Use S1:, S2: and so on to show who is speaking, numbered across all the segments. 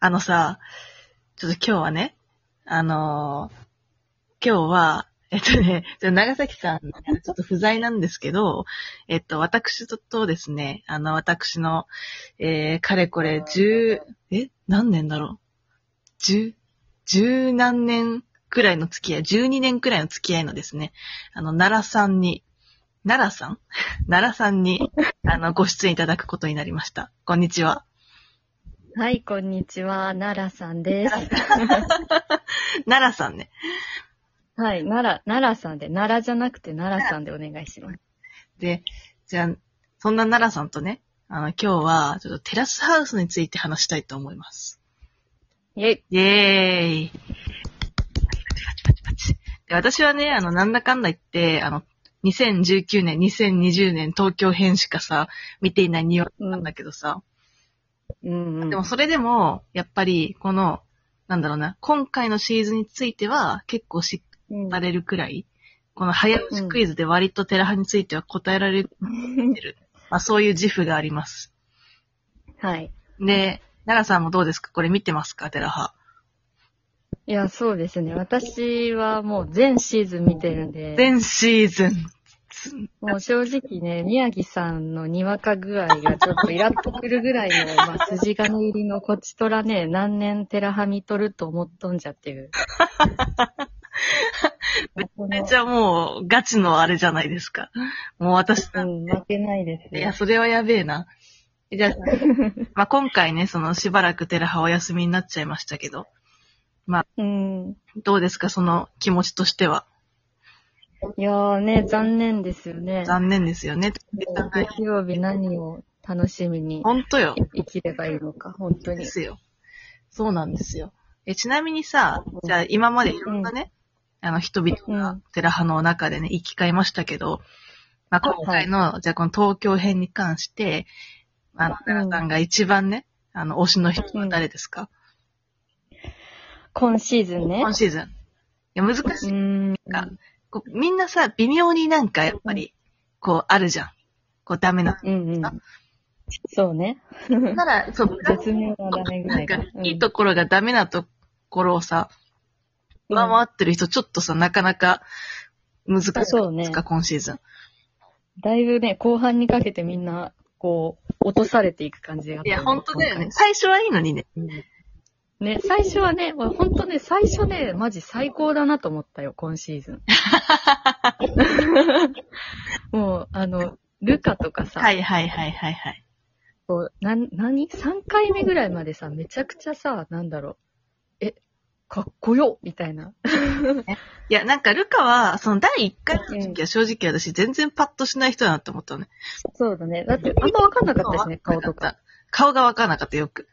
S1: あのさ、ちょっと今日はね、あのー今日は、えっとね、ちょっと長崎さん、ちょっと不在なんですけど、えっと、私とですね、あの、私の、えー、かれこれ、十、え、何年だろう十、十何年くらいの付き合い、十二年くらいの付き合いのですね、あの、奈良さんに、奈良さん奈良さんに、あの、ご出演いただくことになりました。こんにちは。
S2: はい、こんにちは。奈良さんです。
S1: 奈良さんね。
S2: はい、奈良、奈良さんで、奈良じゃなくて奈良さんでお願いします。
S1: で、じゃあ、そんな奈良さんとね、あの、今日は、ちょっとテラスハウスについて話したいと思います。
S2: イェイ
S1: イエーイパチパチパチパチで私はね、あの、なんだかんだ言って、あの、2019年、2020年、東京編しかさ、見ていない匂いなんだけどさ、
S2: うんうん
S1: でもそれでも、やっぱり、この、なんだろうな、今回のシーズンについては、結構しっ
S2: うん
S1: られるくらい、この早押しクイズで割とテラハについては答えられる、まあそういう自負があります。
S2: はい。
S1: で、奈良さんもどうですかこれ見てますかテラハ。
S2: いや、そうですね。私はもう全シーズン見てるんで、
S1: 全シーズン。
S2: もう正直ね、宮城さんのにわか具合がちょっとイラッとくるぐらいの、まあ、筋金入りのこちとら ね、何年テラハミとると思っとんじゃっていう。こ
S1: め
S2: の
S1: っちゃもうガチのあれじゃないですか。もう私、
S2: うん、負けないです
S1: い
S2: ね
S1: や、それはやべえな。じゃあ、まあ今回ね、そのしばらくテラハお休みになっちゃいましたけど、
S2: うん。
S1: どうですかその気持ちとしては。
S2: いやーね、残念ですよね。
S1: 残念ですよね。
S2: 月曜日何を楽しみに
S1: 本当よ。
S2: 生きればいいのか、本当
S1: で
S2: に。
S1: すよ。そうなんですよ。え、ちなみにさ、じゃあ今までいろんなね、あの人々
S2: う
S1: が
S2: ん
S1: テラハの中でね、行き交いましたけど、まあ、今回の、じゃあこの東京編に関して、あの、
S2: うん
S1: 奈良さんが一番ね、あの、推しの人は誰ですか、
S2: 今シーズンね。
S1: 今シーズン。いや、難しい。
S2: うん。
S1: かこうみんなさ、微妙になんかやっぱり、こうあるじゃん。こうダメな。
S2: うんうん。そうね。
S1: なら、そう、
S2: 絶妙なダメぐ
S1: な
S2: ら
S1: ん
S2: いか
S1: か。、いい
S2: うん
S1: ところがダメなところをさ、上回ってる人、ちょっとさ、なかなか難しいですか、
S2: そうね
S1: 今シーズン。
S2: だいぶね、後半にかけてみんな、こう、落とされていく感じがあった
S1: い
S2: ね
S1: や、本当だよね。。最初はいいのにね。
S2: 今回うんね、最初はね、もう本当ね、最初ね、マジ最高だなと思ったよ、今シ ーズン。もう、あの、ルカとかさ、
S1: はいはいはいはいはい。
S2: こう、なん、何 ?3 回目ぐらいまでさ、めちゃくちゃさ、なんだろう。え、かっこよみたいな。
S1: いや、なんか、ルカは、その第1回の時は正直私全然パッとしない人だなって思ったのね。
S2: そうだね。だって、あんまわかんなかったしね、顔とか。。
S1: 顔がわからなかったよく。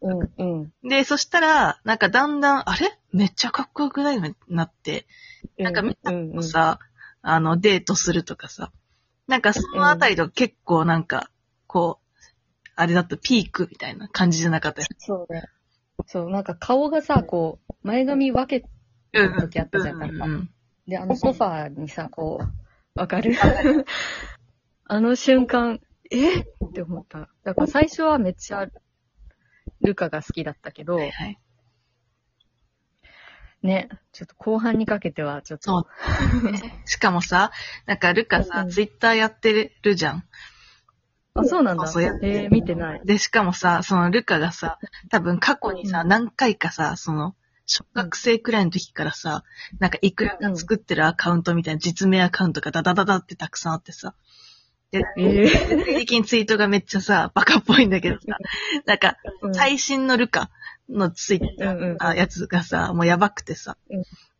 S2: うん、うん。
S1: で、そしたら、なんかだんだん、あれめっちゃかっこよくないのになって、なんかみんな
S2: うん、うん。
S1: さ、あの、デートするとかさ、なんかそのあたりと結構なんか、こう、あれだとピークみたいな感じじゃなかったよ
S2: そうだよ。そう、なんか顔がさ、こう、前髪分け
S1: う
S2: た時あったじゃん。なんか。
S1: ん。
S2: で、あのソファーにさ、こう、わかる あの瞬間、えって思った。だから最初はめっちゃ、ルカが好きだったけど、
S1: はい。
S2: ね、ちょっと後半にかけては、ちょっと
S1: そう。しかもさ、なんかルカさ、
S2: うん
S1: ツイッターやってるじゃん。
S2: あ、そうなんだ。
S1: そうやって
S2: えー見てない。
S1: で、しかもさ、そのルカがさ、多分過去にさ、
S2: うん
S1: 何回かさ、その、小学生くらいの時からさ、なんかいくらが作ってるアカウントみたいな実名アカウントがダダダダってたくさんあってさ。で、
S2: ええ
S1: 最近ツイートがめっちゃさ、バカっぽいんだけどさ、なんか、
S2: うん
S1: 最新のルカのツイッタ
S2: うんう
S1: ー、
S2: ん
S1: あやつがさ、もうやばくてさ。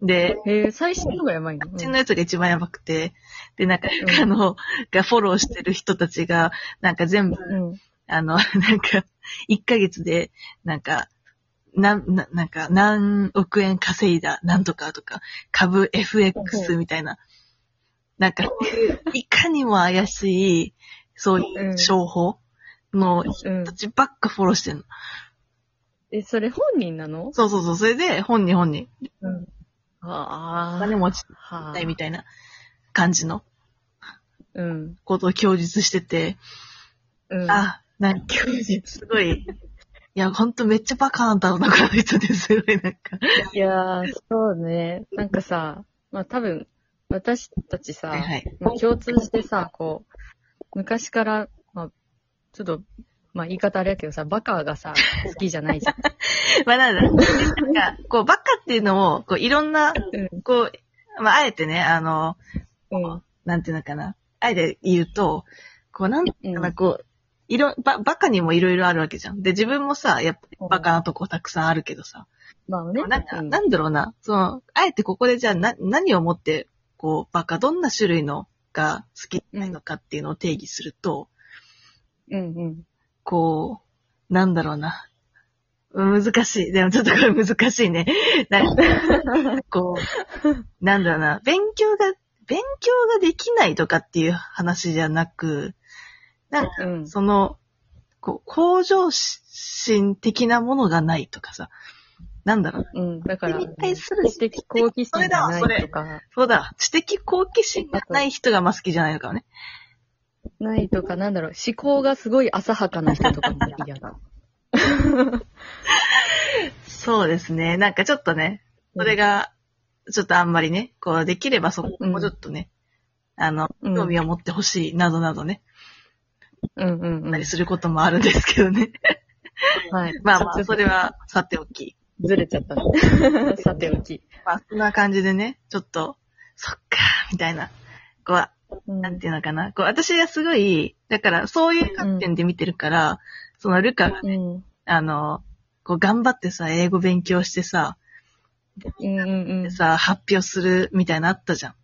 S1: で、
S2: えー最新のがやばいの、
S1: うちのやつが一番やばくて、で、なんか、あの、がフォローしてる人たちが、なんか全部、
S2: うん。
S1: あの、 なんか、1ヶ月で、なんか、なん、ななんか、何億円稼いだ、なんとかとか、株 FX みたいな、なんか、いかにも怪しい、そういう商法の
S2: う
S1: 人
S2: ん
S1: た。ちばっかフォローしてるの。
S2: え、それ本人なの
S1: そうそうそう、それで、本人本人、
S2: うん。あ
S1: お
S2: あ。
S1: 金持ち
S2: は
S1: ないみたいな感じの
S2: うん。
S1: ことを供述してて、
S2: うん。
S1: あ、なんか、すごい、いや、ほんとめっちゃバカなんだろうな、この人ですごい、なんか。
S2: いやー、そうね。なんかさ、まあ多分、私たちさ、
S1: はいはい。
S2: まあ、共通してさ、こう、昔から、まあ、ちょっと、まあ言い方あれやけどさ、バカがさ、好きじゃ ないじゃん。
S1: まあ、なんだ、なんか、こう、バカっていうのを、こう、いろんな、
S2: う
S1: こう、まあ、あえてね、あの、
S2: ん。うん。
S1: なんていうのかな。あえて言うと、こう、なんていうのかな、
S2: うん
S1: こう、いろ、ば、バカにもいろいろあるわけじゃん。で、自分もさ、やっぱ、バカなとこたくさんあるけどさ。
S2: まあね。
S1: なんか、
S2: うん
S1: なんだろうな。その、あえてここでじゃあ、な、何をもって、こう、バカ、どんな種類のが好きなのかっていうのを定義すると、
S2: うんうん。
S1: こう、なんだろうな。難しい。でもちょっとこれ難しいね。なん か、こう、なんだろうな。勉強が、勉強ができないとかっていう話じゃなく、なんか、
S2: うん。
S1: その、こう、向上心的なものがないとかさ。なんだろうな。
S2: うん。だから、
S1: それに対する
S2: 知的好奇心がな
S1: それだわ
S2: い
S1: それ
S2: とか、
S1: そうだ、知的好奇心がない人がまあ好きじゃないのかもね。
S2: ないとか、なんだろう、思考がすごい浅はかな人 とかも嫌だ。
S1: そうですね。なんかちょっとね、それが、ちょっとあんまりね、こう、できればそこもちょっとね、あの、
S2: うん
S1: 興味を持ってほしいなどなどね、
S2: うんうんうん。
S1: たりすることもあるんですけど ね。
S2: はい。
S1: まあま
S2: ちょ
S1: あ、
S2: っと
S1: それはさておき。
S2: ずれちゃった ね。さておき。
S1: まあ、そんな感じでね、ちょっと、そっか、みたいな。こう、
S2: うん
S1: なんていうのかな。こう、私がすごい、だから、そういう観点で見てるから、その、ルカが、
S2: うん。
S1: あの、こう、頑張ってさ、英語勉強してさ、
S2: うんうんうん。
S1: さ、発表するみたいなのあったじゃん。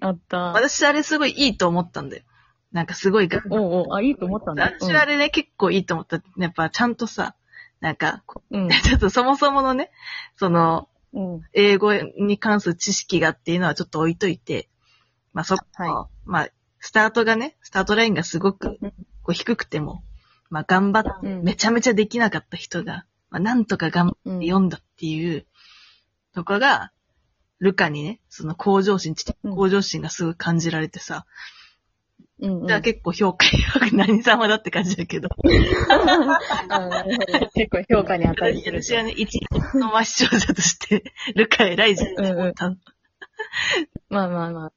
S2: あった。
S1: 私あれすごいいいと思ったんだよ。なんかすごいが、
S2: おうおう、あ、いいと思ったんだ。
S1: 私はあれね、結構いいと思った。やっぱちゃんとさ、なんか、こ
S2: うん。うん
S1: うちょっとそもそものね、その、
S2: うん。
S1: 英語に関する知識がっていうのはちょっと置いといて、まあそこ、
S2: は
S1: まあ、スタートがね、スタートラインがすごく
S2: うん
S1: こう低くても、まあ頑張って、
S2: うん
S1: めちゃめちゃできなかった人が、まあなんとか頑張
S2: う
S1: っ
S2: ん
S1: て読んだっていう、とこが、ルカにね、その向上心、知的
S2: うん
S1: 向上心がすごい感じられてさ、
S2: うんうん。
S1: じゃあ結構評価よく何様だって感じだけど。
S2: あなるほど結構評価に値する。
S1: 私はね、一の真視聴者として、ルカ偉いじゃん。
S2: うんうんまあまあまあ。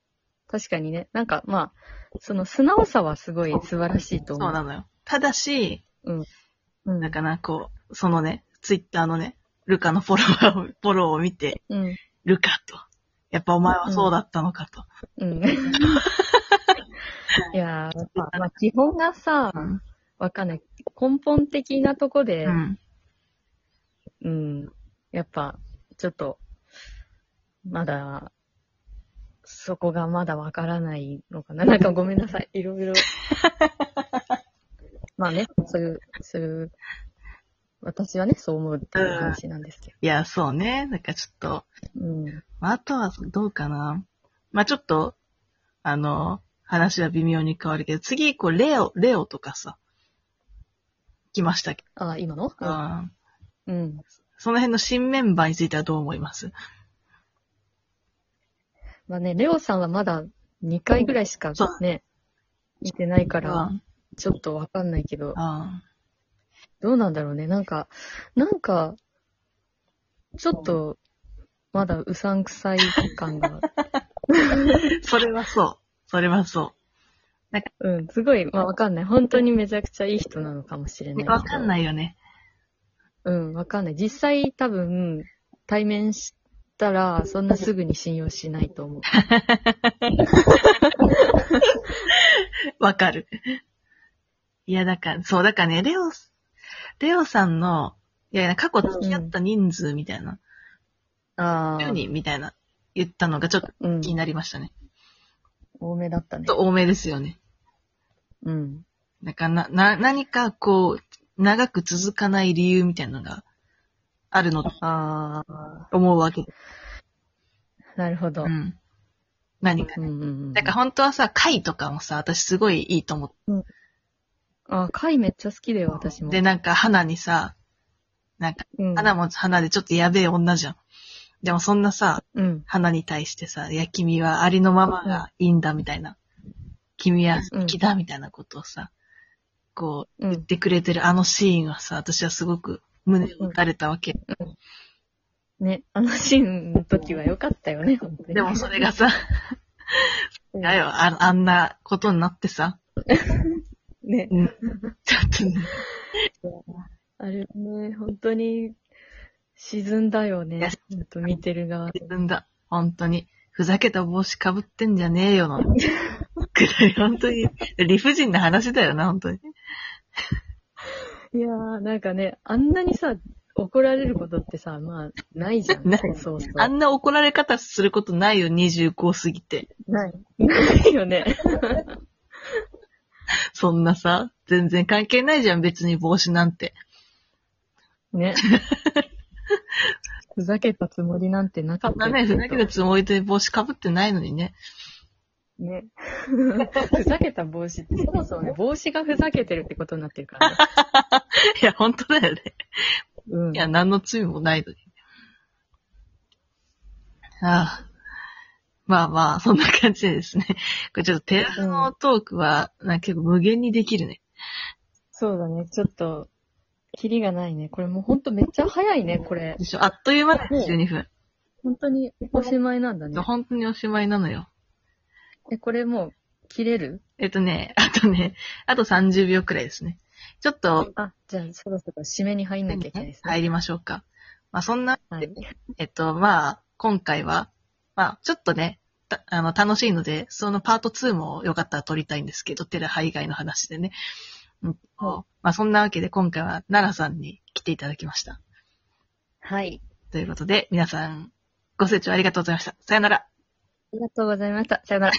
S2: 確かにね。なんかまあ、その素直さはすごい素晴らしい
S1: そ
S2: と
S1: う
S2: 思う。
S1: なのよ。ただし、
S2: うん。
S1: なんかな、こう、そのね、ツイッターのね、ルカのフォロワーを、フォローを見て、
S2: うん。
S1: ルカと。やっぱお前はそうだったのかと。
S2: うん。いやー、まあ、まあ、基本がさ、わかんない。根本的なとこで、
S1: うん。
S2: うん。やっぱ、ちょっと、まだ、そこがまだわからないのかな。なんかごめんなさい。いろい ろ。まあね、そういう、そういう、私はね、そう思うっていう話なんですけ
S1: いや、そうね。なんかちょっと、
S2: ど。うん。
S1: まああとはどうかな。まあちょっと、あの、話は微妙に変わるけど、次、こう、レオ、レオとかさ、来ましたけ
S2: ああ、今の
S1: ど、うん
S2: うん。
S1: その辺の新メンバーについてはどう思います
S2: まあね、レオさんはまだ2回ぐらいしか
S1: そう
S2: ね、見てないか
S1: う
S2: ら、
S1: ん
S2: ちょっとわかんないけど、
S1: うん
S2: どうなんだろうね。なんか、なんか、ちょっと、まだうさんくさい感が、
S1: それはそう。それはそ
S2: うん、すごい、まあわかんない。本当にめちゃくちゃいい人なのかもしれ
S1: う。
S2: ない。
S1: わかん
S2: い。
S1: ないよね。
S2: うん、わかんない。実際多分、対面したら、そんなすぐに信用しないと思う。
S1: わかる。いや、だから、そう、だからね、レオ、レオさんの、いやいや、過去付き合った人数みたいな、
S2: ああ
S1: 10、人みたいな、言ったのがちょっと
S2: うん
S1: 気、になりましたね。
S2: 多めだったね
S1: ちょ。っと多めですよね。
S2: うん。
S1: なんかな、な、何かこう、長く続かない理由みたいなのがあるのと
S2: ああ、
S1: 思うわけ。
S2: なるほど。
S1: う
S2: うん
S1: ん。何か
S2: う。んうん、
S1: なんか本当はさ、貝とかもさ、私すごいいいと思って。
S2: あ、貝めっちゃ好きだよ、私も。
S1: で、なんか花にさ、なんか
S2: うん、
S1: 花も花でちょっとやべえ女じゃん。でもそんなさ、
S2: うん。
S1: 花に対してさ、いや君はありのままがいいんだみたいな。君は好きだみたいなことをさ、こう、
S2: う
S1: 言っ
S2: ん。
S1: てくれてるあのシーンはさ、私はすごく胸を打たれたわけ。
S2: ね、あのシーンの時は良かったよね、本当に。
S1: でもそれがさ、
S2: うん、
S1: だよ、ああんなことになってさ。
S2: ね。
S1: うん。ちょっとね。
S2: あれね、本当に沈んだよね。本当見てる側。
S1: 自分だ。本当に。ふざけた帽子かぶってんじゃねえ よの。くだり、本当に。理不尽な話だよな、本当に。
S2: いやー、なんかね、あんなにさ、怒られることってさ、まあ、ないじゃん。
S1: ない
S2: そうそう。
S1: あんな怒られ方することないよ、25過ぎて。
S2: ない。ないよね。
S1: そんなさ、全然関係ないじゃん、別に帽子なんて。
S2: ね。ふざけたつもりなんてなか
S1: そ
S2: っ
S1: ん
S2: た
S1: な
S2: よ
S1: ね、ふざけたつもりで帽子かぶってないのにね。
S2: ね。ふざけた帽子って、そもそもね、帽子がふざけてるってことになってるから、ね。
S1: いや、本当だよね。
S2: うん
S1: い。や、何の罪もないのに。ああ。まあまあ、そんな感じでですね。これちょっとテラのトークは、なんか結構無限にできるね。
S2: そうだね、ちょっと、キリがないね。これもうほんとめっちゃ早いね、これ。
S1: でしょあっという間だよ、12分。
S2: 本当におしまいなんだね。
S1: 本当におしまいなのよ。
S2: え、これもう、切れる
S1: えっとね、あとね、あと30秒くらいですね。ちょっと、
S2: あ、じゃあ、そろそろ締めに入んなきゃいけないですね。
S1: 入りましょうか。まあそんな、
S2: はい。
S1: えっと、まあ、今回は、まあ、ちょっとね、たあの、楽しいので、そのパート2もよかったら撮りたいんですけど、テラハ以外の話でね。うん
S2: は
S1: まあ、そんなわけで今回は奈良さんに来ていただきました。
S2: はい。
S1: ということで、皆さん、ご清聴ありがとうございました。さよなら。
S2: ありがとうございました。さよなら。